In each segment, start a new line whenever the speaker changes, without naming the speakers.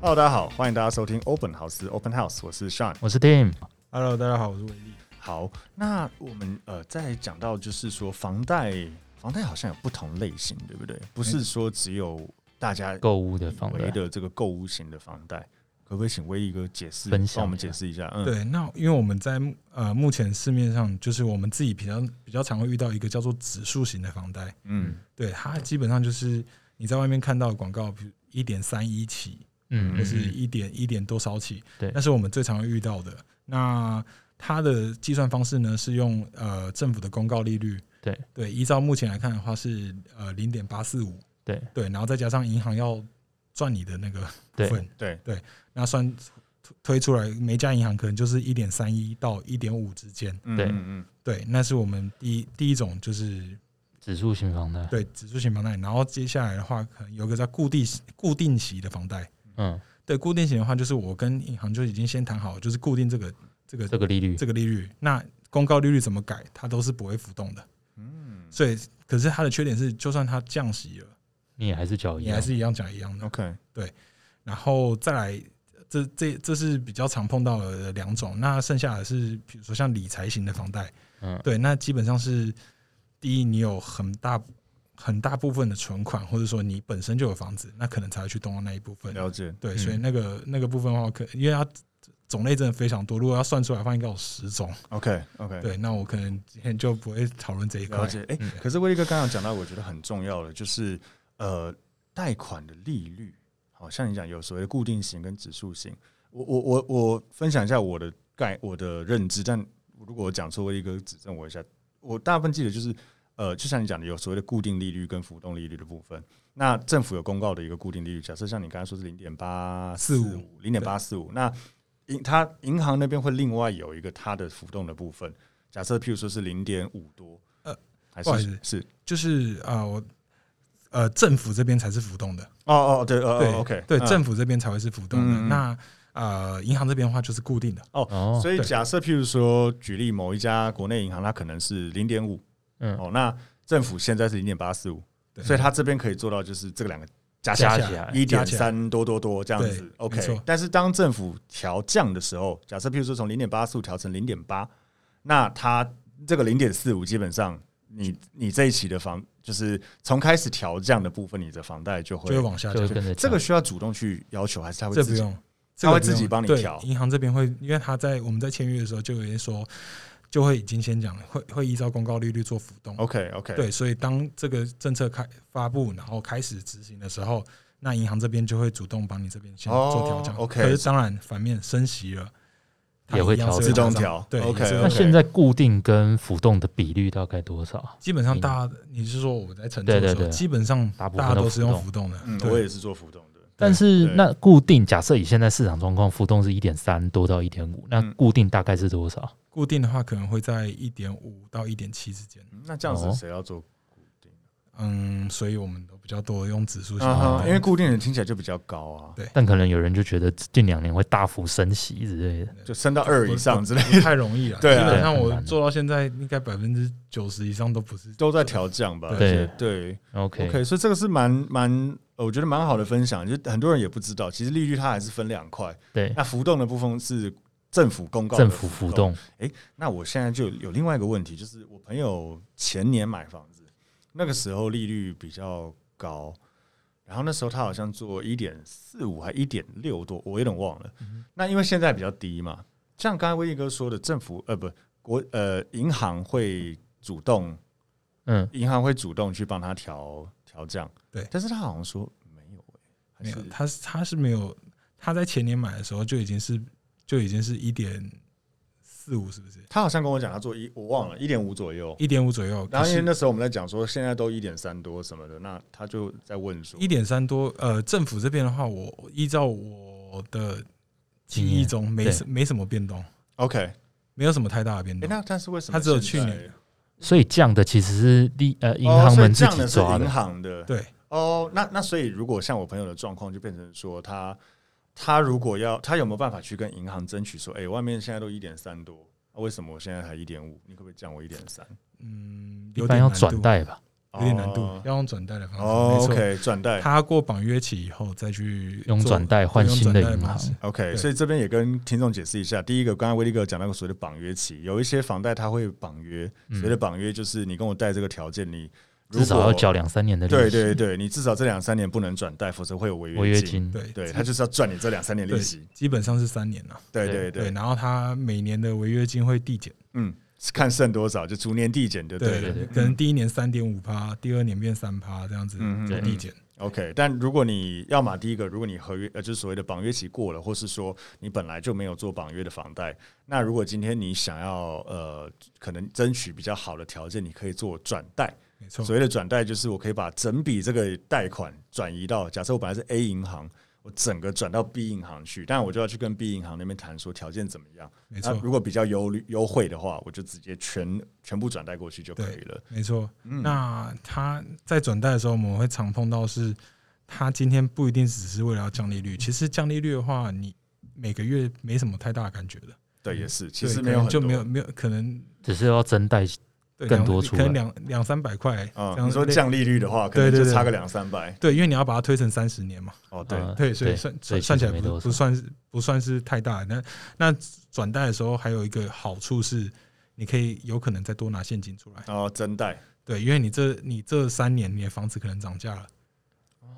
Hello，大家好，欢迎大家收听 Open House Open House，我是 Sean。
我是 Tim，
Hello，大家好，我是伟力。
好，那我们呃再讲到就是说房贷，房贷好像有不同类型，对不对？不是说只有大家
购物的
以
房
为
贷，
的这个购物型的房贷，可不可以请威力哥解释，
分享
帮我们
一下
解释一下？嗯，
对，那因为我们在呃目前市面上，就是我们自己比较比较常会遇到一个叫做指数型的房贷，
嗯
对它基本上就是你在外面看到的广告，比如一点三一起，
嗯，
或是
嗯
一点一点多少起，
对
那是我们最常会遇到的。那它的计算方式呢是用呃政府的公告利率，
对
对，依照目前来看的话是呃零点八四五，
对
对，然后再加上银行要赚你的那个部
对
分，
对，
那算推推出来，每家银行可能就是一点三一到一点五之间。
嗯
对
嗯嗯，
对，那是我们第一第一种就是
指数型房贷，
对指数型房贷，然后接下来的话，可能有个叫固定固定期的房贷。
嗯，
对，固定型的话，就是我跟银行就已经先谈好，就是固定这个这个
这个利率，
这个利率。那公告利率怎么改，它都是不会浮动的。
嗯
所以，可是它的缺点是，就算它降息了，
你也还是缴一
你
样，
还是一样讲一样的。
，OK，
然后再来，这这这是比较常碰到的两种。那剩下的是，比如说像理财型的房贷，
嗯，
对，那基本上是第一，你有很大很大部分的存款，或者说你本身就有房子，那可能才会去动到那一部分。
了解，
对，
嗯
所以那个那个部分的话，可因为它种类真的非常多，如果要算出来的话，应该有十种。
，OK OK，
对，那我可能今天就不会讨论这一
了
块。
解。哎、
嗯
可是威力哥刚刚讲到，我觉得很重要的就是呃，贷款的利率，好像你讲有所谓的固定型跟指数型。我我我我分享一下我的概我的认知，但如果我讲错，威力哥指正我一下。我大部分记得就是呃，就像你讲的，有所谓的固定利率跟浮动利率的部分。那政府有公告的一个固定利率，假设像你刚才说是零点八四
45
五，零点八四五，那银它银行那边会另外有一个它的浮动的部分，假设譬如说是零点五多，
呃
还
不好意
是
思
是
就是啊、呃我呃，政府这边才是浮动的。
哦哦对呃
对
哦 OK
对，
嗯
政府这边才会是浮动的。
嗯嗯嗯
那呃，银行这边的话就是固定的，
哦
哦，
所以
对
假设譬如说举例某一家国内银行，它可能是零点五，
嗯
哦，那政府现在是零点八四五，
对
所以它这边可以做到就是这两个加起
加
来
起来，
一
加
点
起来
三多多多这样子
对没
，OK
错。
但是当政府调降的时候，假设譬如说从零点八四五调成零点八，那它这个零点四五基本上你你这一期的房就是从开始调降的部分，你的房贷就
啊就会
会
往下
就
降
会。跟着
这
降
个需要主动去要求，还是他会
这
自
不
己
用，
他会
这个不用
自己帮你
对
调
银行这边会，因为他在我们在签约的时候就有人说，就会已经先讲了，会会依照公告利率做浮动。
？OK OK，
对，所以当这个政策开发布，然后开始执行的时候，那银行这边就会主动帮你这边先
哦
做调整。
OK
可是当然反面升息了，它
也会
一样是
调
会
自
动
往上
调
对
OK，
也是会
那
OK
现在固定跟浮动的比率大概多少？
基本上大家，你是说我在乘坐
对对
的时候，
对
基本上
大部分
大家
都
都
浮
是用
动
浮动的。
嗯，
对
我也是做浮动的。
但是
对
那固定，假设以现在市场状况，浮动是一点三多到一点五，那
嗯
固定大概是多少？
固定的话可能会在一点五到一点七之间。
嗯那这样子
哦
谁要做固定？
嗯，所以我们都比较多用指数型
啊
的
哈，因为固定的听起来就比较高啊，
对
但可能有人就觉得近两年会大幅升息之类的，
就升到二以上之类
不太容易了。
对啊
基本上
对很
我
难
做到现在，应该百分之九十以上都不是。
都在调降吧。
对
而且对
OK，
，OK，所以这个是蛮蛮，呃我觉得蛮好的分享，就很多人也不知道，其实利率它还是分两块，
对，
那浮动的部分是政府公告的
政府浮。动，
那我现在就有另外一个问题，就是我朋友前年买房子，那个时候利率比较高，然后那时候他好像做一点四五还一点六多，我有点忘了。
嗯
那因为现在比较低嘛，像刚才威毅哥说的，政府呃不国呃银行会主动，
嗯，
银行会主动去帮他调调降，
对
但是他好像说没有、欸，还
没有
是，
他是他是没有，他在前年买的时候就已经是就已经是一点四五，是不是？
他好像跟我讲他做一我忘了一点五左右。
一点五左右。
然后因为
呢，
那时候我们在讲说现在都一点三多什么的，那他就在问说
一点三多，呃，政府这边的话，我依照我的记
经
忆
验
中没
对
什没什么变动，
OK，哎、
没有什么太大的变动。
那但是为什么
它嗯只有
现在
去年
所以降的其实是利呃银
哦
行
所以
们自
降
己
的是
抓
银
的，
行的
对，
哦。那那所以如果像我朋友的状况，就变成说他他如果要他有没有办法去跟银行争取说，哎、外面现在都一点三多，啊为什么我现在才一点五？你可不可以降我一点三？
嗯，
一
有
般
点
要
难
转
度
贷吧，
有点难度，
哦
要用转贷的方式。
哦
没错
，OK，转贷
他过绑约期以后再去
用
做
转贷换
用
新的
转贷
银
方
行
式
，OK，
对
所以这边也跟听众解释一下，第一个，刚才威力哥讲到过所谓的绑约期，有一些房贷它会绑约，所谓的绑约就是你跟我贷这个条件，你如
嗯至少要
果
缴两三年的利息。
对对对，你至少这两三年不能转贷，否则会有违
违约
金。
金，
对
对，他就是要赚你这两三年利
对
息。
基本上是三年了。
对对
对
对，
然后他每年的违约金会递减，
嗯，是看剩多少就逐年递减就对了。
对对
可能第一年三点五趴，第二年变三趴这样子
嗯嗯
对
递减。
OK，但如果你要么第一个，如果你合约呃就是所谓的绑约期过了，或是说你本来就没有做绑约的房贷，那如果今天你想要呃可能争取比较好的条件，你可以做转贷。
没错
所，谓的转贷就是我可以把整笔这个贷款转移到，假设我本来是 A 银行，我整个转到 B 银行去，但我就要去跟 B 银行那边谈说条件怎么样。
没
那
错，
如果比较优律优惠的话，我就直接全全部转贷过去就可以了。
没错。
嗯
那他在转贷的时候，我们会常碰到是，他今天不一定只是为了要降利率，其实降利率的话，你每个月没什么太大的感觉的，
对，也是，其
对
实
可
没有
能
很
就
多
没有没有可能
只是要增贷
对
更
两
多出
可能
来
两两三百块
啊、
这样
你说
类
降利率的话，可能
对对
就
对
差个两三百。
对，因为你要把它推成三十年嘛，
哦，对，
呃
对，所以
对
算
所
算
以
算
其
起
实
来
没
不
多
不
少。
算是不算是太大。那那转贷的时候还有一个好处是，你可以有可能再多拿现金出来，
然后增贷，
对，因为你这你这三年你的房子可能涨价了，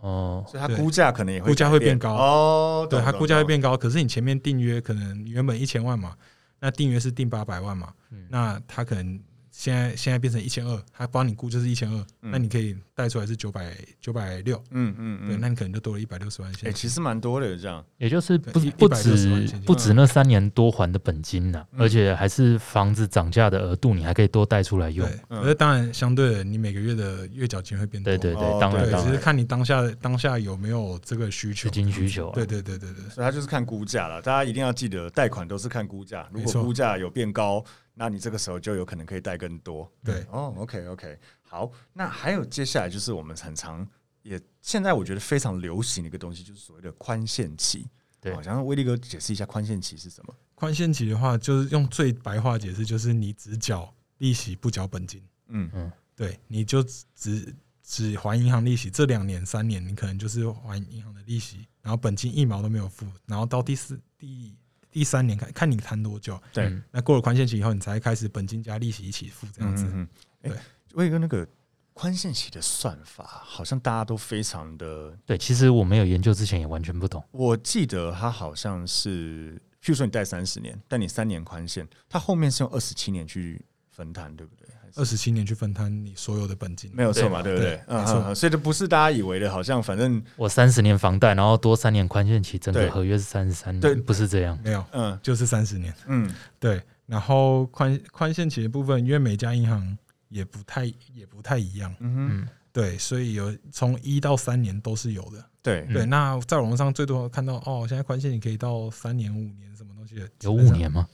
哦，
所以它
对
估价可能也会
估价
改
会
变
变高
哦，
对，
懂
它
懂
估价会
懂
变高，可是你前面订约可能原本一千万嘛，那订约是订八百万嘛，
嗯
那它可能。现在现在变成一千二，它帮你估就是一千二，那
嗯
你可以贷出来是九百九百六，
嗯嗯
对，
嗯，
那你可能就多了一百六十万
哎、
现金。
其实蛮多的这样，
也就是
对
不
一
不
160万
止
现金
不止那三年多还的本金呐、
嗯
而且还是房子涨价的额度，你还可以多贷出来用
对。，
嗯
可是当然相对的，你每个月的月缴金会变多
对
嘛。
对
哦
对，当然
对，
当
只是
然，
看你当下当下有没有这个需求
资。金需求、啊。
对对对对对，
所以它就是看估价了。大家一定要记得，贷款都是看估价，如
没
果
错
估价有变高，那你这个时候就有可能可以贷更多。
对
哦，OK OK，好，那还有接下来就是我们很常也现在我觉得非常流行的一个东西，就是所谓的宽限期。
对
好，想让威力哥解释一下宽限期是什么。
宽限期的话，就是用最白话解释，就是你只缴利息不缴本金，
嗯
对，你就只只还银行利息。这两年三年，你可能就是还银行的利息，然后本金一毛都没有付，然后到第四第第三年看看你谈多久，
对
嗯
那过了宽限期以后，你才开始本金加利息一起付这样子。
嗯嗯嗯，哎、
对
威力哥那个宽限期的算法，好像大家都非常的，
对，其实我没有研究之前也完全不懂。
我记得它好像是，譬如说你贷三十年，但你三年宽限，它后面是用二十七年去分摊，对不对？还是
二十七年去分摊你所有的本金，
没有错嘛，对不对
对？
嗯
没错
嗯，嗯所以这不是大家以为的，好像反正
我三十年房贷，然后多三年宽限期，整
对
个合约是三十三
对
年，不是这样。
没有，
嗯
就是三十年。
嗯
对，然后宽宽限期的部分，因为每家银行也不太也不太一样，
嗯哼，
嗯，
对，所以有从一到三年都是有的。
对
嗯
对，那在网络上最多看到哦，现在宽限你可以到三年、五年什么东西的，基
有
本
五
上
年吗？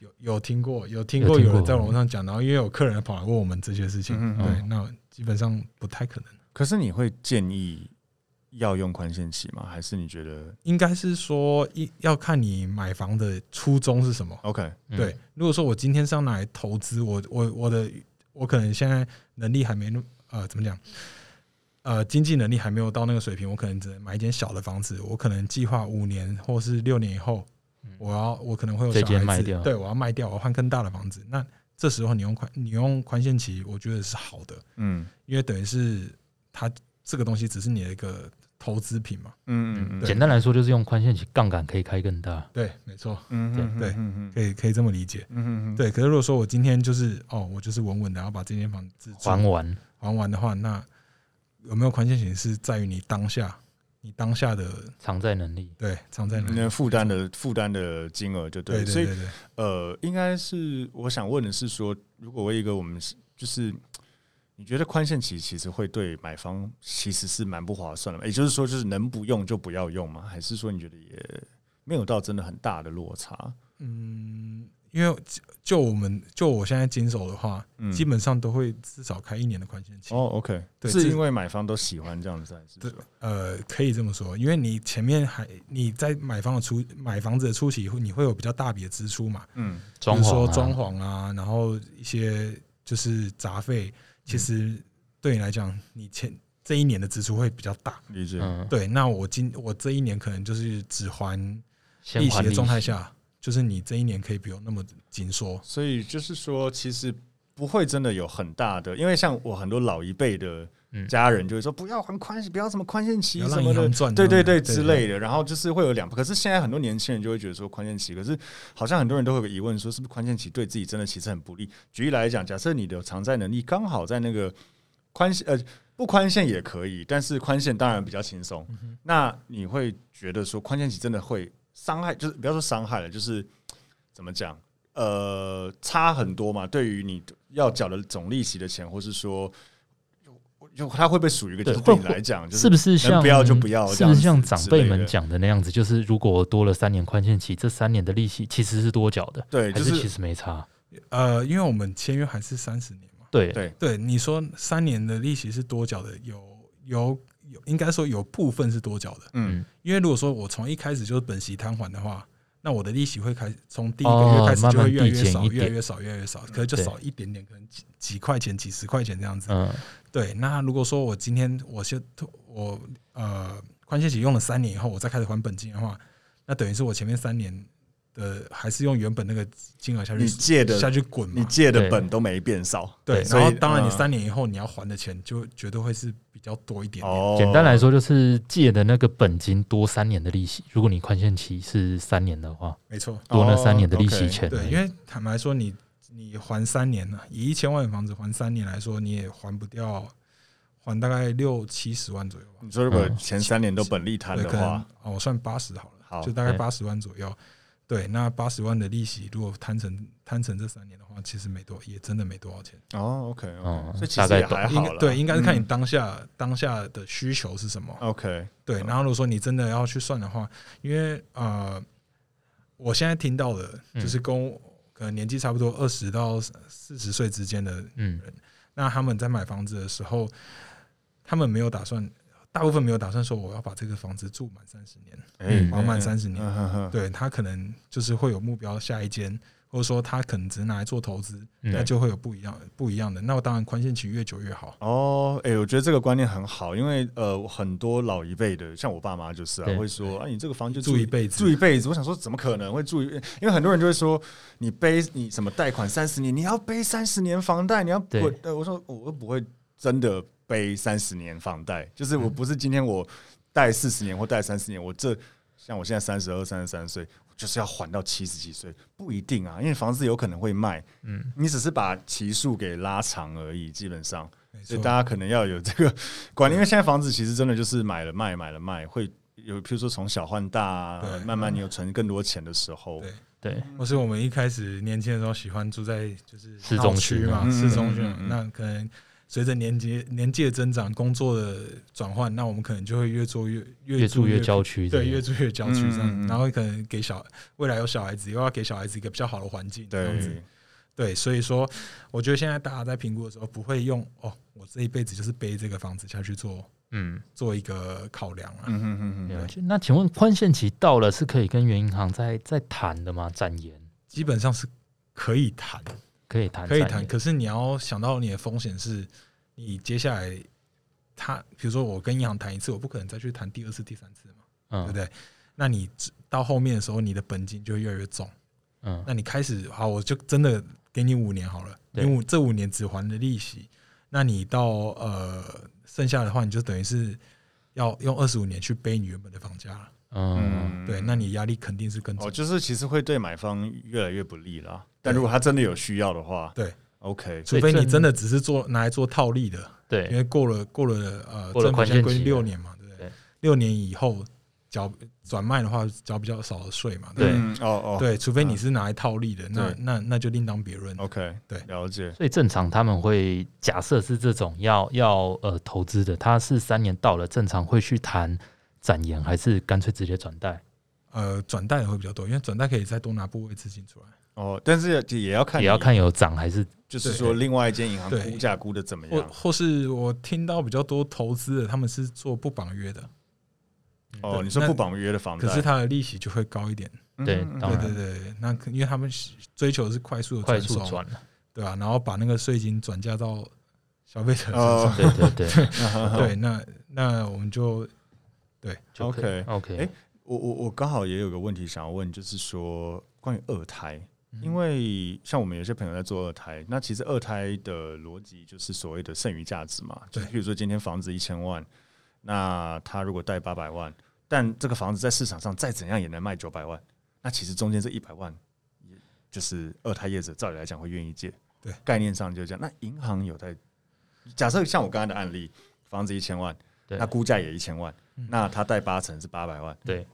有有听过，有听
有
过
听
有人
过
在网络上讲，然后因为有客人跑来问我们这些事情，
嗯嗯
对，
嗯
那基本上不太可能。
可是你会建议要用宽限期吗？还是你觉得
应该是说一要看你买房的初衷是什么。
OK？
嗯
对，，如果说我今天是要拿来投资，我我我的我可能现在能力还没那么呃怎么讲，呃经济能力还没有到那个水平，我可能只能买一间小的房子，我可能计划五年或是六年以后，我要我可能会有
嗯这
小
间
孩
卖
子，
掉
对，我要卖掉，我要换更大的房子。那这时候你用宽你用宽限期，我觉得是好的，
嗯
因为等于是它这个东西只是你的一个投资品嘛。
嗯嗯
嗯
嗯，
简单来说就是用宽限期杠杆可以开更大。
对，没错，
嗯嗯
对
嗯
可以可以这么理解。
嗯嗯，
对，可是如果说我今天就是哦，我就是稳稳的要把这间房子住
还完，
还完的话，那有没有宽限期是在于你当下，你当下的
偿债能力。
对偿债能力。
那负担的负担的金额就嗯对
对
了，
对
所以
对对，
呃，应该是我想问的是说，如果我一个我们是就是，你觉得宽限期其实会对买方其实是蛮不划算的吗，也就是说，就是能不用就不要用吗？还是说你觉得也没有到真的很大的落差？
嗯，因为就就我们就我现在经手的话，
嗯
基本上都会至少开一年的宽限期。
哦，OK，
对
是
这
因为买方都喜欢这样子，还是说
呃，可以这么说，因为你前面还你在买房的初买房子的初期，你会有比较大笔的支出嘛，
嗯
比
装
如
潢、
说
啊，
装潢啊，然后一些就是杂费，其实对你来讲，你前这一年的支出会比较大。
理解。
嗯，
对，那我今我这一年可能就是只还
先
利息
还
的
利
状态
息，
下，就是你这一年可以不用那么紧缩。
所以就是说，其实不会真的有很大的，因为像我很多老一辈的
嗯
家人就会说，不要还宽，不要什么宽限期
不要让
什么
银
的
行赚，
对对
这
嗯对
样子
之
对
类的。然后就是会有两，可是现在很多年轻人就会觉得说宽限期，可是好像很多人都会有个疑问，说是不是宽限期对自己真的其实很不利？举例来讲，假设你的偿债能力刚好在那个宽限呃。不宽限也可以，但是宽限当然比较轻松。那你会觉得说宽限期真的会伤害，就是不要说伤害了，就是怎么讲，呃，差很多嘛。对于你要缴的总利息的钱，或是说，就它会不会属于一个，就
对
是对你
会会
来讲，就是
不是像
能不要就不要
是
这
不
样
是
子
像长辈
之类的
们讲的那样子？就是如果我多了三年宽限期，这三年的利息其实是多缴的，
对，就
还是其
是
实没差？
呃，因为我们签约还是三十年嘛。
对，
对
对，你说三年的利息是多缴的，有有有，应该说有部分是多缴的。
嗯，
因为如果说我从一开始就是本息摊还的话，那我的利息会开始从第一个
哦
月开始就
慢慢
会越来
递
越
减
少，
一
越来
点
越少，越来越少，可能就
对
少一点点，可能几几块钱、几十块钱这样子。
嗯，
对，那如果说我今天我先我呃宽限期用了三年以后，我再开始还本金的话，那等于是我前面三年的还是用原本那个金额下去
你借的
下去滚
你
嘛。
借的
对
本都没变少
对，
对
所
然
以
后当然你
嗯
三年以后你要还的钱就绝对会是比较多一点点。
哦。
简单来，说就是借的那个本金多三年的利息，如果你宽限期是三年的话，
没错，
多那三年的利
哦
息
，OK
钱而已。
对，因为坦白说你，你还三年呢、以一千万的房子还三年来说，你也还不掉，还大概六七十万左右吧。
你说如果
嗯
前三年都本利摊
对，
的
可能
话，
哦，我算八十好了，
好
就大概
对
八十万左右。对，那八十万的利息，如果摊成摊成这三年的话，其实没多，也真的没多少钱。
哦，OK，
嗯
所以其
大
实
概
也还
应
好
该
了，
对，应该是看你
嗯哦
当下、当下的需求是什么。
OK，
对，然后如果说你真的要去算的话，因为呃，我现在听到的
嗯
就是跟我可能年纪差不多二十到四十岁之间的，
嗯，
那他们在买房子的时候，他们没有打算，大部分没有打算说我要把这个房子住满三十年，
嗯
哎，
还满三
十
十年。
年，
对他可能就是会有目标下一间，或者说他可能只是拿来做投资，
嗯
那就会有不一样不一样的。那我当然宽限期越久越好。
哦，哎、我觉得这个观念很好，因为呃，很多老一辈的，像我爸妈就是啊，
对
会说啊，你这个房就
住一辈子
住一辈子。我想说，怎么可能会住一？因为很多人就会说，你背你什么贷款三十年，你要背三十年房贷，你要
对
我呃，我说我又不会真的背三十年房贷，就是我不是今天我贷四十年或贷三十年，我这像我现在三十二、三十三岁，我就是要还到七十几岁，不一定啊，因为房子有可能会卖，嗯，你只是把期数给拉长而已，基本上。
没
所
错
以大，家可能要有这个 观念，因为现在房子其实真的就是买了卖，买了卖，会有譬如说从小换大、啊
对，
慢慢你有存更多钱的时候，
对
对，
或是我们一开始年轻的时候喜欢住在就是
市
闹
中
区
区
嘛，
嘛
市中区嘛
嗯嗯嗯嗯
那可能随着年纪年纪的增长，工作的转换，那我们可能就会越做越
越
越
住越
越
郊区这
对，
样，
越住越郊区这
嗯嗯
样，
嗯
然后可能给小未来有小孩子，又要给小孩子一个比较好的环境，这样子。
对，
对，所以说，我觉得现在大家在评估的时候，不会用哦，我这一辈子就是背这个房子下去做
嗯。
做一个考量啊。
嗯哼哼
了
哼，
解。那请问宽限期到了是可以跟原银行再再谈的吗？展延
基本上是可以谈，
可以谈，
可以
展
谈，
延
可是你要想到你的风险是，你接下来他，比如说我跟银行谈一次，我不可能再去谈第二次、第三次嘛，对不
嗯
对？那你到后面的时候，你的本金就越来越重。
嗯
那你开始好，我就真的给你五年好了，你
对
五这五年只还的利息，那你到呃剩下的话，你就等于是要用二十五年去背你原本的房价了。
嗯，
对，那你压力肯定是更重
哦，。就是其实会对买方越来越不利啦。但如果他真的有需要的话，
对
，OK，
除非
所以
你
正
真的只是做拿来做套利的，因
对，
为过了过了呃，
过了
政府
宽
现在
限
规定
期
六
了
年嘛，对不对
对？
六年以后缴转卖的话，缴比较少的税嘛，
对
不
嗯哦哦，
对，除非你
嗯
是拿来套利的，那
对
那那就另当别论。
哦
，OK，
对
了解，
所以正常他们会假设是这种要要呃投资的，他是三年到了，正常会去谈展延，还是干脆直接转贷？
呃，转贷的会比较多，因为转贷可以再多拿部位资金出来。
哦，但是也也要看，
也要，看有涨还是
就是
对
说另外一间银行
对
估价估的怎么
或
样，
或是我听到比较多投资的，他们是做不绑约的，
哦，你说
那
不绑约的房贷，
可是它的利息就会高一点。
嗯
对
嗯
当
对
然
对对，对那可因为他们是追求的是快速的
快速
转售嘛，
转了？啊
对吧、然后把那个税金转嫁到消费者身
哦
上。
对 对对，
对，那那我们就
就可以
OK
OK，
哎我我我刚好也有个问题想要问，就是说关于二胎，
嗯
因为像我们有些朋友在做二胎，那其实二胎的逻辑就是所谓的剩余价值嘛，就是
对
比如说今天房子一千万，那他如果贷八百万，但这个房子在市场上再怎样也能卖九百万，那其实中间这一百万，也就是二胎业者照理来讲会愿意借，
对，
概念上就是这样。那银行有在假设像我刚才的案例，房子一千万，
对
那估价也一千万，
嗯
那他贷八成是八百万。
对，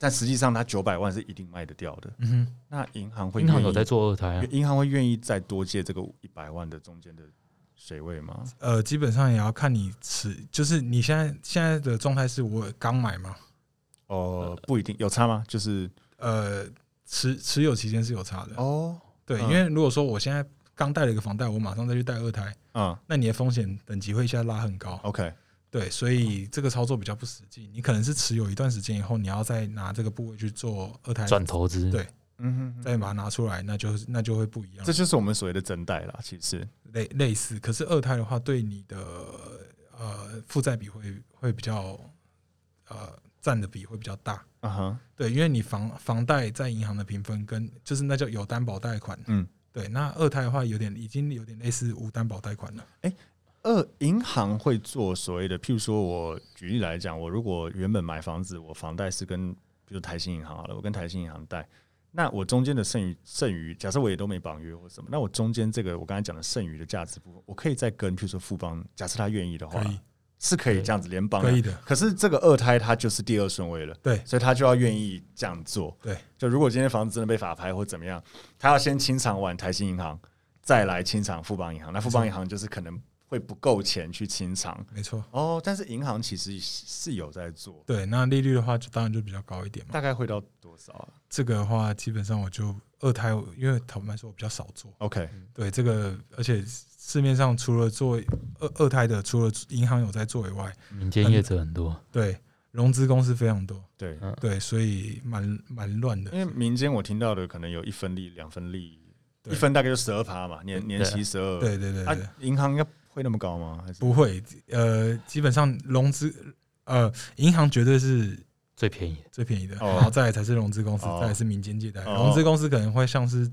但实际上他九百万是一定卖得掉的。
嗯哼，
那银行会
银行
愿
有
意
在做二胎啊，
银行会愿意再多借这个一百万的中间的水位吗？
呃，基本上也要看你持，就是你现在现在的状态是我刚买嘛，
哦、不一定有差吗？就是
呃，持持有期间是有差的。
哦，
对，
嗯
因为如果说我现在刚贷了一个房贷，我马上再去贷二胎，
嗯
那你的风险等级会一下拉很高。
，OK，
对，所以这个操作比较不实际。你可能是持有一段时间以后，你要再拿这个部位去做二胎，
转投资，
对
嗯哼哼
再把它拿出来，那就是那就会不一样
这。就是我们所谓的增贷啦。其实
类类似，可是二胎的话，对你的呃负债比会会比较呃占的比会比较大。
啊哈，
对，因为你房房贷在银行的评分跟就是那叫有担保贷款，
嗯，
对。那二胎的话，有点已经有点类似无担保贷款了。
二呃银行会做所谓的，譬如说我举例来讲，我如果原本买房子，我房贷是跟比如台新银行好了，我跟台新银行贷，那我中间的剩余剩余，假设我也都没绑约或什么，那我中间这个我刚才讲的剩余的价值部分，我可以再跟譬如说富邦，假设他愿意的话
可，以，
是可以这样子联邦
可以
的。
的，
可是这个二胎它就是第二顺位了，
对
所以他就要愿意这样做。
对，
就如果今天房子真的被法拍或怎么样，他要先清偿完台新银行，再来清偿富邦银行。那富邦银行就是可能会不够钱去清偿
没错。
哦，但是银行其实是有在做，
对，那利率的话，就当然就比较高一点嘛。
大概会到多少啊
这个的话，基本上我就二胎，因为坦白说，我比较少做。
？OK，
对这个，而且市面上除了做二二胎的，除了银行有在做以外，
民间业者很多，
对融资公司非常多，
对，
嗯
对，所以蛮蛮乱
因
的。
为民间我听到的可能有一分利、两分利，
对
一分大概就十二趴嘛，年
对
年息十二。
对对对
啊
对，，
银行应该会那么高吗？还是
不会，呃，基本上融资，呃，银行绝对是
最便宜的，
最便宜的，
哦
然后再来才是融资公司
哦，
再来是民间借贷。
哦
融资公司可能会像是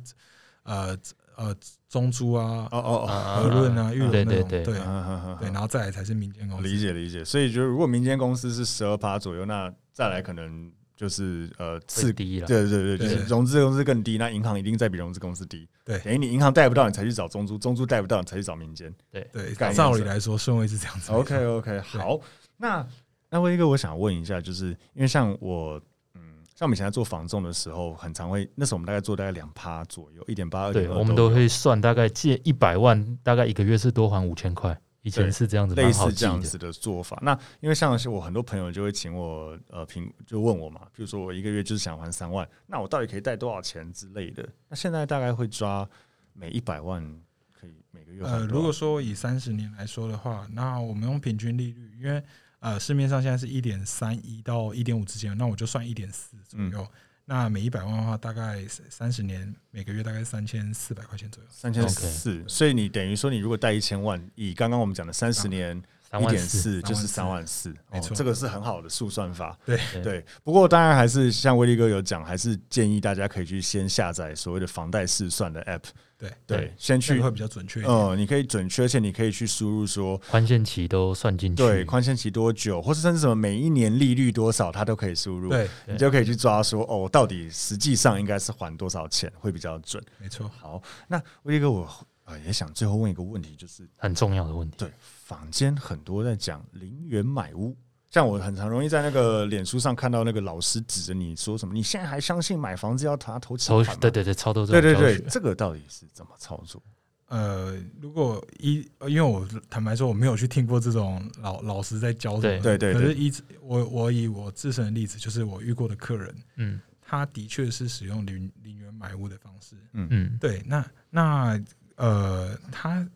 呃呃中珠啊、
哦哦哦，
和润啊、玉龙
对
那
对
种，
对
对
嗯嗯嗯
对，然后再来才是民
哦
间公司
理。解理解，所以就是如果民间公司是十二趴左右，那再来可能就是呃
最
次，
低啊了，
对对对，就是
对
融资公司更低，那银行一定再比融资公司低。
对
等于你银行贷不到，你才去找中租，中租贷不到，你才去找民间。
对
概念，
照理
上
来说顺位是这样子。
OK OK，好，那那威哥，我想问一下，就是因为像我，嗯，像我们以前在做房仲的时候，很常会，那时候我们大概做大概两趴左右，一点八二
对，
点
我们都
有
会算大概借一百万，大概一个月是多还五千块，以前
对
是这样子，
类
蛮好
似
记
这样
的。
子的做法。那因为像是我很多朋友就会请我呃评，就问我嘛，比如说我一个月就是想还三万，那我到底可以贷多少钱之类的？那现在大概会抓每一百万可以每个月还多少？
呃，如果说以三十年来说的话，那我们用平均利率，因为呃市面上现在是一点三一到一点五之间，那我就算一点四左
嗯
右。那每一百万的话，大概三十年每个月大概三千四百块钱左右。
三千四，所以你等于说你如果贷一千万，以刚刚我们讲的三十年
三
一
万
点
四，
四就是三
三
万四，哦
没错
这个是很好的速算法。
对
对
对，不过当然还是像威力哥有讲，还是建议大家可以去先下载所谓的房贷试算的 app，
对
对，先
这
去
个会比较准确一点。
嗯，你可以准确，而且你可以去输入说，
宽限期都算进去，
对，宽限期多久，或是甚至什么每一年利率多少，它都可以输入，
对，
你就可以去抓说，哦，到底实际上应该是还多少钱会比较准。
没错。
好，那威力哥，我呃也想最后问一个问题，就是
很重要的问题。
对坊间很多在讲零元买屋。像我很常容易在那个脸书上看到那个老师指着你说什么，你现在还相信买房子要拿头期
超
款吗？
对对对，超多这
对对
种教
对
学
这个到底是怎么操作？
呃，如果一，呃因为我坦白说我没有去听过这种老老师在教什么，
对对对
可是一直，我我以我自身的例子，就是我遇过的客人，
嗯
他的确是使用零零元买屋的方式。
嗯，
对，那那呃，他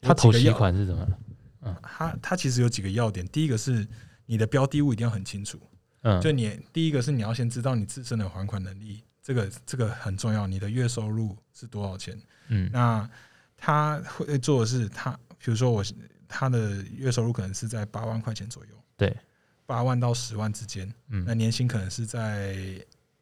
他投
有几
期
个要，
款是怎么？
他他其实有几个要点。第一个是你的标的物一定要很清楚，
嗯，
就你第一个是你要先知道你自身的还款能力，这个这个很重要。你的月收入是多少钱？
嗯
那他会做的是他比如说我他的月收入可能是在八万块钱左右，
对，
八万到十万之间，那
嗯，
年薪可能是在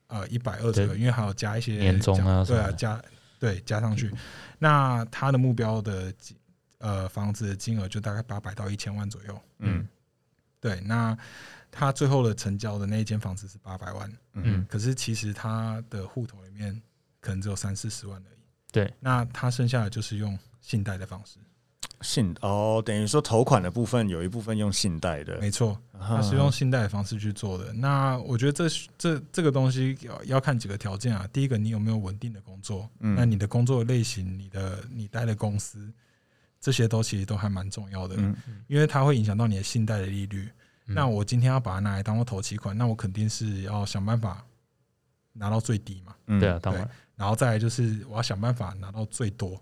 呃一百二左右，
对
因为还有加一些
年终啊
加对
什么
啊，
的
加对加上去，那他的目标的金呃房子的金额就大概八百到一千万左右，
嗯
对，那他最后的成交的那一间房子是八百万，
嗯
可是其实他的户头里面可能只有三四十万而已，
对，
那他剩下的就是用信贷的方式，
信哦，等于说头款的部分有一部分用信贷的，啊
没错，
它
啊
他是用信贷的方式去做的。那我觉得这这这个东西要要看几个条件啊。第一个，你有没有稳定的工作？
嗯
那你的工作类型、你的你待的公司，这些都其实都还蛮重要的，
嗯
因为它会影响到你的信贷的利率。
嗯
那我今天要把它拿来当做头期款，那我肯定是要想办法拿到最低嘛，
嗯
对啊，当然，
然后再来就是我要想办法拿到最多。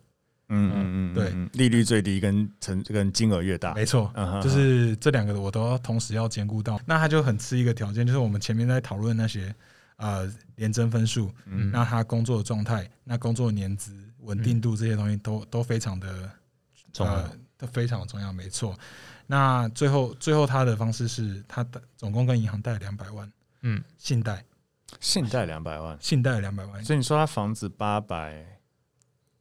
嗯嗯嗯，
对
嗯，利率最低跟成跟金额越大，
没错，
嗯哼
就是这两个我都要同时要兼顾到。那他就很吃一个条件，就是我们前面在讨论那些呃廉征分数，
嗯
那他工作的状态、那工作年资、稳
嗯
定度这些东西都都非常的
重要
呃，都非常重要，没错。那最后最后他的方式是他的总共跟银行贷两百万，
嗯，
信贷
信贷两百万，
信贷两百万，
所以你说他房子八百，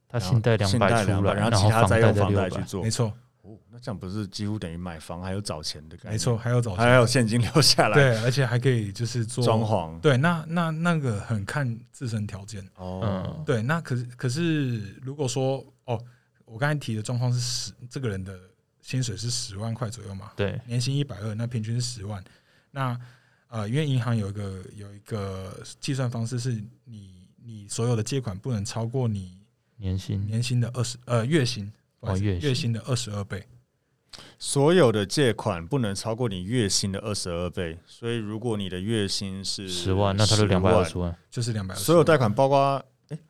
他信贷两
信
百
贷
出
两
来，
百，然
然
后其他
房
再
贷
用
的
房
六
贷
百
去，做
没，错
哦，那这样不是几乎等于买房还有找钱的概念？
没错，，还有早期
还有现金留下来，
对，而且还可以就是做
装，潢，
对，那那那个很看自身条件。
哦，
嗯，
对，那可是可是如果说哦，我刚才提的状况是十，这个人的薪水是十万块左右嘛，
对，
年薪一百二，那平均是十万。那呃，因为银行有一个有一个计算方式，是你你所有的借款不能超过你
年薪
年薪的二十呃月薪，不好意
哦
思
月薪
月薪的二十二倍，
所有的借款不能超过你月薪的二十二倍，所以如果你的月薪是
十万，那他就
10
两百二十万，
就是两百。
所有贷款包括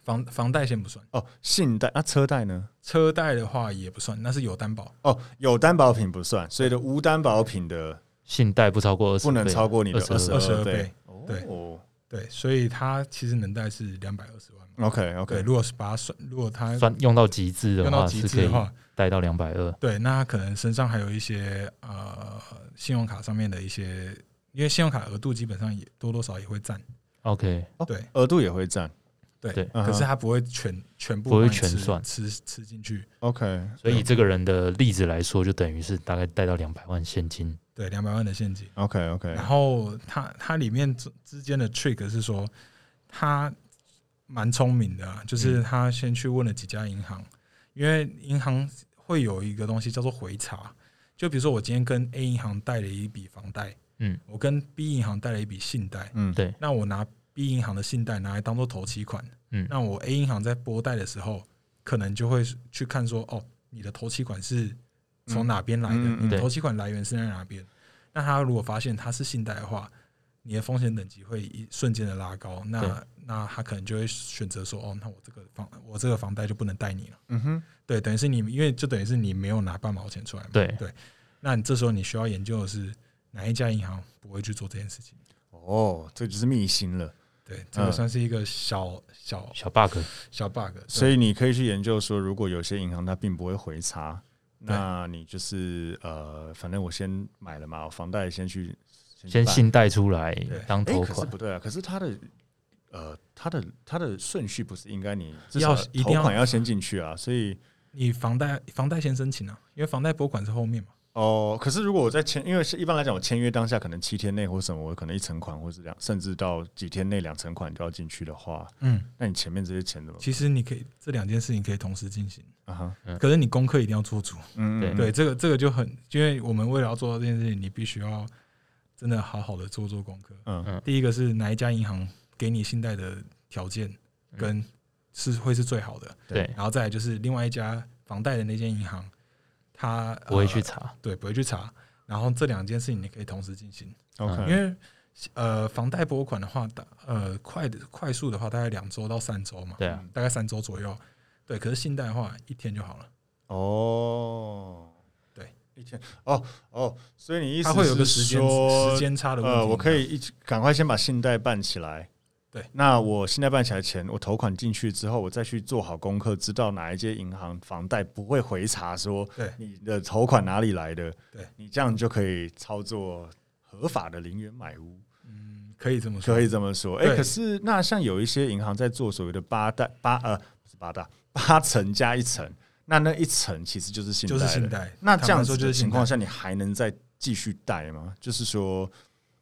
房房贷先不算，
哦信贷，那、车贷呢？
车贷的话也不算，那是有担保。
哦，有担保品不算，所以的无担保品的
信贷不超过二十，
不能超过你的
22
十二
22倍。对
哦
对，所以他其实能贷是两百二十万嘛。
，OK
对，
OK，
如果是把它算，如果他
算用到极致的
用到
话，
极
是
致
可以
的话，
贷到两百二，
对，那他可能身上还有一些呃信用卡上面的一些，因为信用卡额度基本上也多多少也会占，
OK，
对
额度也会占
对，
对
嗯哼
可是他不会全全部
不会
帮你
全
吃
算
吃吃进去，
，OK，
所以以这个人的例子来说，就等于是大概贷到两百万现金，
对，两百万的现金。
OK OK，
然后他他里面之之间的 trick 是说，他蛮聪明的、啊，
嗯
就是他先去问了几家银行，因为银行会有一个东西叫做回查。就比如说，我今天跟 A 银行贷了一笔房贷，
嗯，
我跟 B 银行贷了一笔信贷，
嗯
对
那我拿 B 银行的信贷拿来当做头期款，
嗯
那我 A 银行在拨贷的时候，可能就会去看说，哦，你的头期款是从哪边来的？
嗯嗯嗯
你的
对
头期款来源是在哪边？那他如果发现它是信贷的话，你的风险等级会一瞬间的拉高，
对
那那他可能就会选择说，哦，那我这个房我这个房贷就不能贷你了。
嗯哼，
对，等于是你，因为就等于是你没有拿半毛钱出来嘛。
对
那你这时候你需要研究的是哪一家银行不会去做这件事情。
哦，这就是秘辛了。
对，这个
嗯
算是一个小小
小 bug，
小 bug，对
所以你可以去研究说，如果有些银行它并不会回查，那你就是呃，反正我先买了嘛，我房贷先去去
先
办
信贷出来
对
当
哎、
头
可是
款，
不对啊，可是它的呃，它的它的顺序不是应该你至
要
少
一定
头
要
款要先进去啊，所以
你房贷房贷先申请啊，因为房贷拨款是后面嘛。
哦，可是如果我在签，因为是一般来讲，我签约当下可能七天内或什么，我可能一成款或是两，甚至到几天内两成款就要进去的话，
嗯，
那你前面这些钱怎么？
其实你可以这两件事情可以同时进行，
啊哈，
嗯
可是你功课一定要做足。
嗯，
对
嗯
对，，这个这个就很，因为我们为了要做到这件事情，你必须要真的好好的做做功课。
嗯
嗯
第一个是哪一家银行给你信贷的条件跟是会是最好的，
对，
然后再来就是另外一家房贷的那间银行，他
不会去
呃
查，
对不会去查，然后这两件事情你可以同时进行。
，OK，
嗯因为呃，房贷拨款的话，大呃快的快速的话，大概两周到三周嘛，
对啊，
大概三周左右。对，可是信贷的话，一天就好了。
哦，
对，
一天，哦哦，所以你意思
它会有个
是
时间
说呃
时间差的问题。
呃，我可以一起赶快先把信贷办起来，
对，
那我现在办起来前，我投款进去之后，我再去做好功课，知道哪一些银行房贷不会回查说
对
你的投款哪里来的，
对
你这样就可以操作合法的零元买屋。
嗯，可以这么说，
可以这么说。哎、
对
可是那像有一些银行在做所谓的八代八呃不是八大八层加一层，那那一层其实就是信贷
就
了，
是信贷。
那这样
说
子
就
的
是
情
信贷
况，下，你还能再继续贷吗？就是说，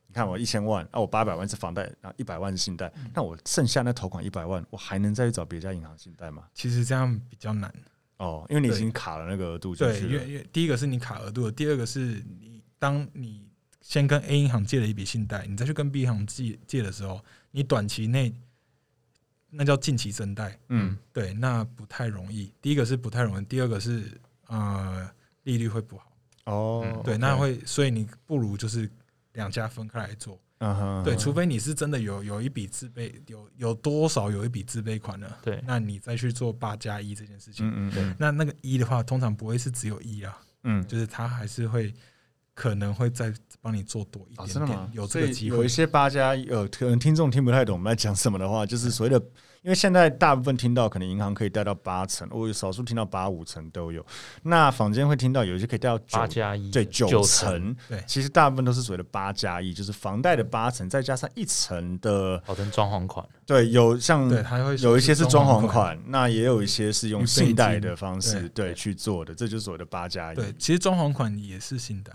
你看我一千万，啊，我八百万是房贷，然后一百万是信贷，
嗯
那我剩下那头款一百万，我还能再去找别家银行信贷吗？
其实这样比较难。
哦，因为你已
对
经卡了那个额度进
对，
去
因为
了。
因为第一个是你卡额度，第二个是你当你先跟 A 银行借了一笔信贷，你再去跟 B 银行借借的时候，你短期内那叫近期增贷，
嗯，
对，那不太容易。第一个是不太容易，第二个是呃利率会不好，
哦
嗯，
对，
OK
那，会，所以你不如就是两家分开来做，
嗯哼，
对，
嗯哼
除非你是真的有有一笔自备，有有多少有一笔自备款了，
对
那你再去做八加一这件事情。
嗯嗯嗯
那那个一的话，通常不会是只有一啊，
嗯，
就是他还是会可能会再帮你做多一
哦，
点
真的
点，
吗？
有
所以
这个机
有
会
一。些八加呃，可能听众听不太懂我们在讲什么的话，就是所谓的，因为现在大部分听到可能银行可以贷到八成，我有少数听到八五成都有。那坊间会听到有一些可以贷到
八
九，
加一，
对九成
成，
对
其实大部分都是所谓的八加一，就是房贷的八成，再加上一成的，
保证哦装潢款，
对，有像
对，他会
有一些是装潢
款，
款，那也有一些是
预
用
备
信贷
金
的方式
对
对去做的，这就是所谓的八加一。
对，其实装潢款也是信贷，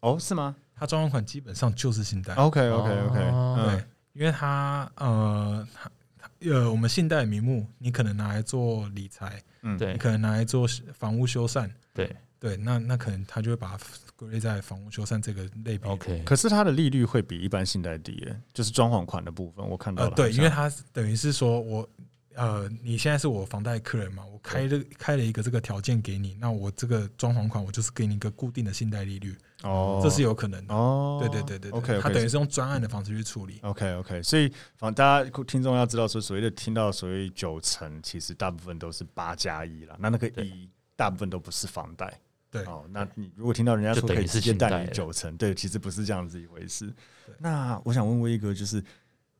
哦，是吗
它装潢款基本上就是信贷，
？OK OK OK，
哦
嗯
对，因为它呃它它呃我们信贷的名目，你可能拿来做理财，
嗯，
对
你可能拿来做房屋修缮，
对
对，那那可能他就会把它归类在房屋修缮这个类别。
，OK，
可是它的利率会比一般信贷低耶，就是装潢款的部分，我看到
呃
了，好像。
对，因为它是等于是说我呃，你现在是我房贷客人嘛，我开了开了一个这个条件给你，那我这个装潢款我就是给你一个固定的信贷利率，
哦，
这是有可能的。
哦，
对对对对对
，OK，
它等于是用专案的方式去处理。
OK OK，所以反大家听众要知道说，所谓的听到所谓九成，其实大部分都是八加一啦，那那个
对
一大部分都不是房贷。
对
哦，那你如果听到人家
就
说
等
可以
于
直
是
接
信贷
贷你
了
九成，对，其实不是这样子一回事
对。
那我想问威哥，就是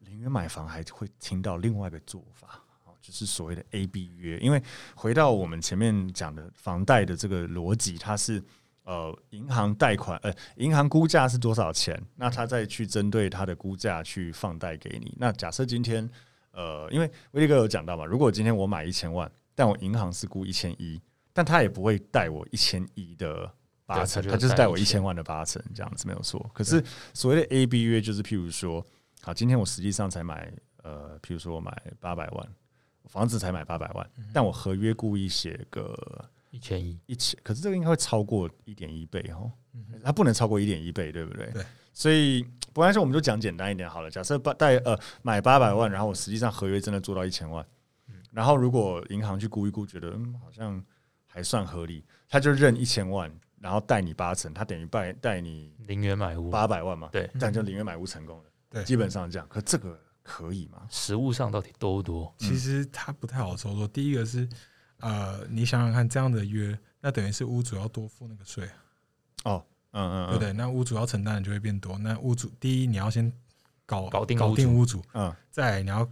零元买房还会听到另外一个做法，哦就是所谓的 A B 约，因为回到我们前面讲的房贷的这个逻辑，它是呃银行贷款，呃银行估价是多少钱，那它再去针对它的估价去放贷给你。那假设今天呃，因为威力哥有讲到嘛，如果今天我买一千万，但我银行是估一千一，但他也不会贷我一千一的八成，
对
他
他就
就是贷我一
贷
千万的八成，这样子没有错。可是所谓的 A B 约，就是譬如说，好，今天我实际上才买，呃，譬如说我买八百万，房子才买八百万，但我合约故意写个
一千一，
一千，可是这个应该会超过一点一倍哦，它不能超过一点一倍，对不对？
对。
所以不然说我们就讲简单一点好了。假设八贷呃买八百万，然后我实际上合约真的做到一千万，然后如果银行去估一估，觉得嗯好像还算合理，他就认一千万，然后贷你八成，他等于贷贷你
零元买屋，
八百万嘛，
对，
但就零元买屋成功了。
对
基本上这样。可这个可以吗？
实物上到底多不多？
其实它不太好操作。第一个是呃，你想想看，这样的约，那等于是屋主要多付那个税啊，
哦，嗯嗯
对
嗯，
不对？那屋主要承担的就会变多。那屋主第一，你要先搞
搞定
搞
屋
定
主
屋主，
嗯
再来你要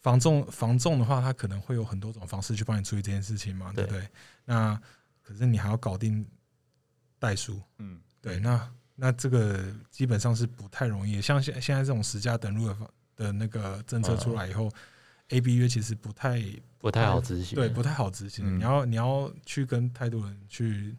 防重防重的话，他可能会有很多种方式去帮你处理这件事情嘛，对
对
不对？那可是你还要搞定代书，
嗯，
对，那那这个基本上是不太容易的。像现现在这种实价登录的方的那个政
嗯
策出来以后、a B 约其实不太
不太好执行，
对，不太好执行。
嗯
你要你要去跟太多人去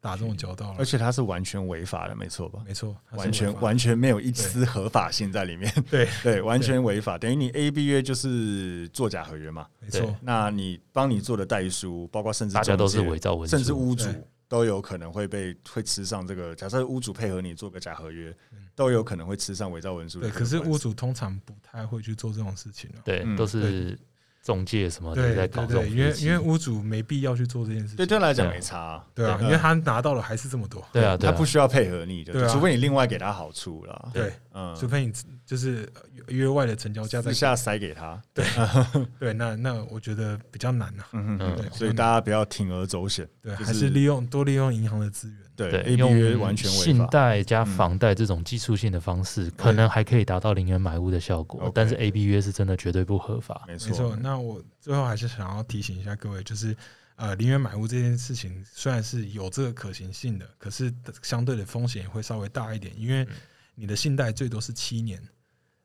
打这种交道
而
了，
且它是完全违法的，没错吧？
没错，它是
完
违
全
法的
完全没有一丝合法性在 里面，
对
对，完全违法，等于你 A B 约就是作假合约嘛。
没错
对，
那你帮你做的代书，包括甚至
大家都是
中介
伪造文书，
甚至屋主
对
都有可能会被会吃上这个。假设屋主配合你做个假合约
嗯，
都有可能会吃上伪造文书的
对。
这
可
个
是
官司。
屋主通常不太会去做这种事情了。
对
嗯
都是中介什
啊
么
对
的在
对
搞这
对，
种
因为
分析
因为屋主没必要去做这件事情，
对对他来讲
对啊
没差啊，
对啊，
对
因为他拿到了还是这么多，
对啊，对
他
啊
不需要配合你的，
对啊
除非你另外给他好处啦。
对
嗯，
除非你就是呃约约外的成交价再
私下塞给他，
对，那那我觉得比较难啊。
嗯
嗯
哼，所以大家不要铤而走险，
对，
就是
还是利用多利用银行的资源。
对
对，
，A B 约
用
完全违
信
法，
贷
嗯
加房贷这种技术性的方式，可能还可以达到零元买屋的效果
OK，
但是 A B 约是真的绝对不合法。
没
没错
错，，
那我最后还是想要提醒一下各位，就是呃，零元买屋这件事情虽然是有这个可行性的，可是相对的风险也会稍微大一点，因为你的信贷最多是七年，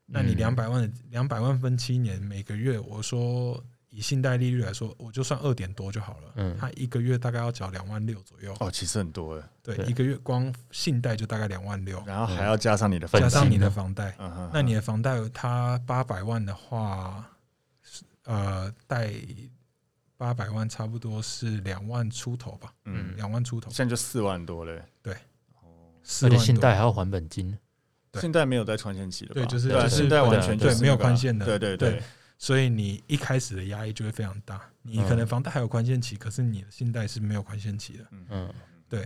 那你
嗯
两百万两百万分七年，每个月我说以信贷利率来说，我就算二点多就好了，
嗯
他一个月大概要缴两万六左右，
哦，其实很多的，
对
对，
一个月光信贷就大概两万六，
然后
嗯
还要加上你的
本
分
金
加上你的
呢
房贷，
嗯哼，
那你的房贷它八百万的话，呃，贷八百万差不多是两万出头吧，
嗯，
两万出头，
现在就四万多哦了，
四
而且
万多
信贷还要还本金，
对
现在没有在宽限期了吧，
对就是
啊
就是
现在完全就
对
是
对没有
那个啊
宽限的
对对
对，所以你一开始的压力就会非常大。
嗯
你可能房贷还有宽限期，可是你的信贷是没有宽限期的。
嗯，
嗯，
对，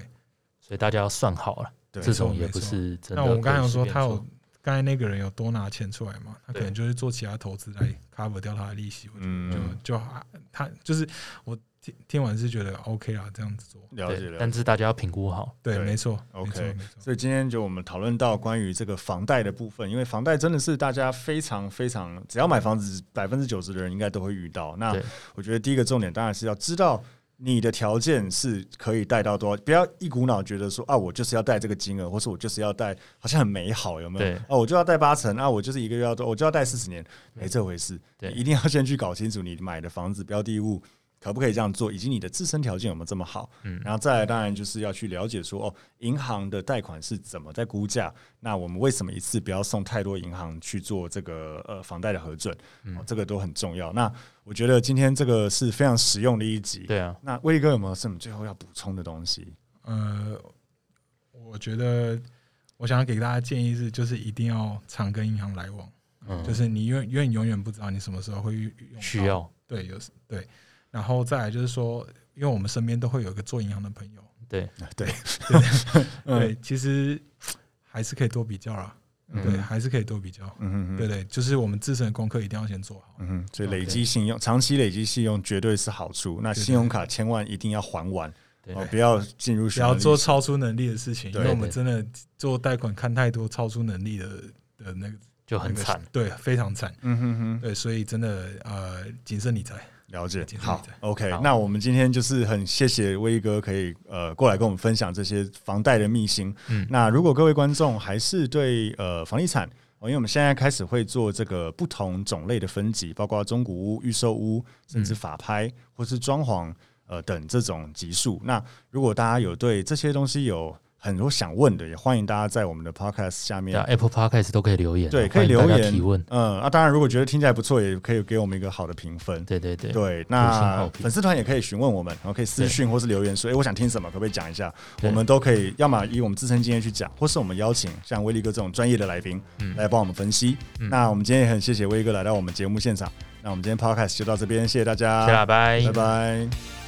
所以大家要算好了，
对
这种
没错
也不是真的。
那我们刚才有说
可以随便
他有，刚才那个人有多拿钱出来嘛？他可
对
能就是做其他投资来 cover 掉他的利息。我觉得
嗯
就就还他就是我听听完是觉得 OK 啦，这样子做。
了解
对，
了
但
解。
是大家要评估好，
对，
对
没错
OK
没错没错。
所以今天就我们讨论到关于这个房贷的部分，因为房贷真的是大家非常非常，只要买房子，百分之九十的人应该都会遇到。那
对
我觉得第一个重点当然是要知道你的条件是可以贷到多少，不要一股脑觉得说啊，我就是要贷这个金额，或是我就是要贷，好像很美好，有没有？
对
啊，我就要贷八成啊，我就是一个月要多，我就要贷四十年，没这回事。
对
你一定要先去搞清楚你买的房子标的物。可不可以这样做，以及你的自身条件有没有这么好？
嗯
然后再来，当然就是要去了解说，哦，银行的贷款是怎么在估价？那我们为什么一次不要送太多银行去做这个呃房贷的核准？
嗯
哦，这个都很重要。那我觉得今天这个是非常实用的一集。
对啊，
那威哥有没有什么最后要补充的东 西？
呃，我觉得我想要给大家建议是，就是一定要常跟银行来往，
嗯，
就是你永因为你永远不知道你什么时候会遇用到
需要
对有时对，然后再来就是说，因为我们身边都会有一个做银行的朋友，
对，
对，
对，其实还是可以多比较啦，
嗯
对，还是可以多比较，
嗯哼哼
对对，就是我们自身的功课一定要先做好，
嗯哼，所以累积信用，长期累积信用绝对是好处。那
对对
信用卡千万一定要还完，
对
哦，不要进入
不
循
要
环
做
利息
超出能力的事情，因为
对
我们
对
真的做贷款看太多超出能力的的那个
就很惨。，
对，非常惨。
嗯哼哼，
对，所以真的呃，谨慎理财。
了解
谨，慎
好
理财
，OK
好
那我们今天就是很谢谢威哥可以呃过来跟我们分享这些房贷的秘辛。
嗯
那如果各位观众还是对呃房地产，哦因为我们现在开始会做这个不同种类的分级，包括中古屋、预售屋，甚
嗯
至法拍、或是装潢呃等这种级数。那如果大家有对这些东西有很多想问的，也欢迎大家在我们的 Podcast 下面
对啊，Apple Podcast 都可以留言，哦
对可以
欢迎大
留
家
言
提问，
嗯，啊，当然如果觉得听起来不错，也可以给我们一个好的评分。
对对对，
对，
五星
那
好评
粉丝团也可以询问我们，然后可以私
对
讯或是留言说，哎、我想听什么，可不可以讲一下？
对
我们都可以，要么以我们自身经验去讲，或是我们邀请像威力哥这种专业的来宾、
嗯
来帮我们分析。
嗯
那我们今天也很谢谢威力哥来到我们节目现场。那我们今天 podcast 就到这边，谢谢大家，
谢啦，拜
啊拜拜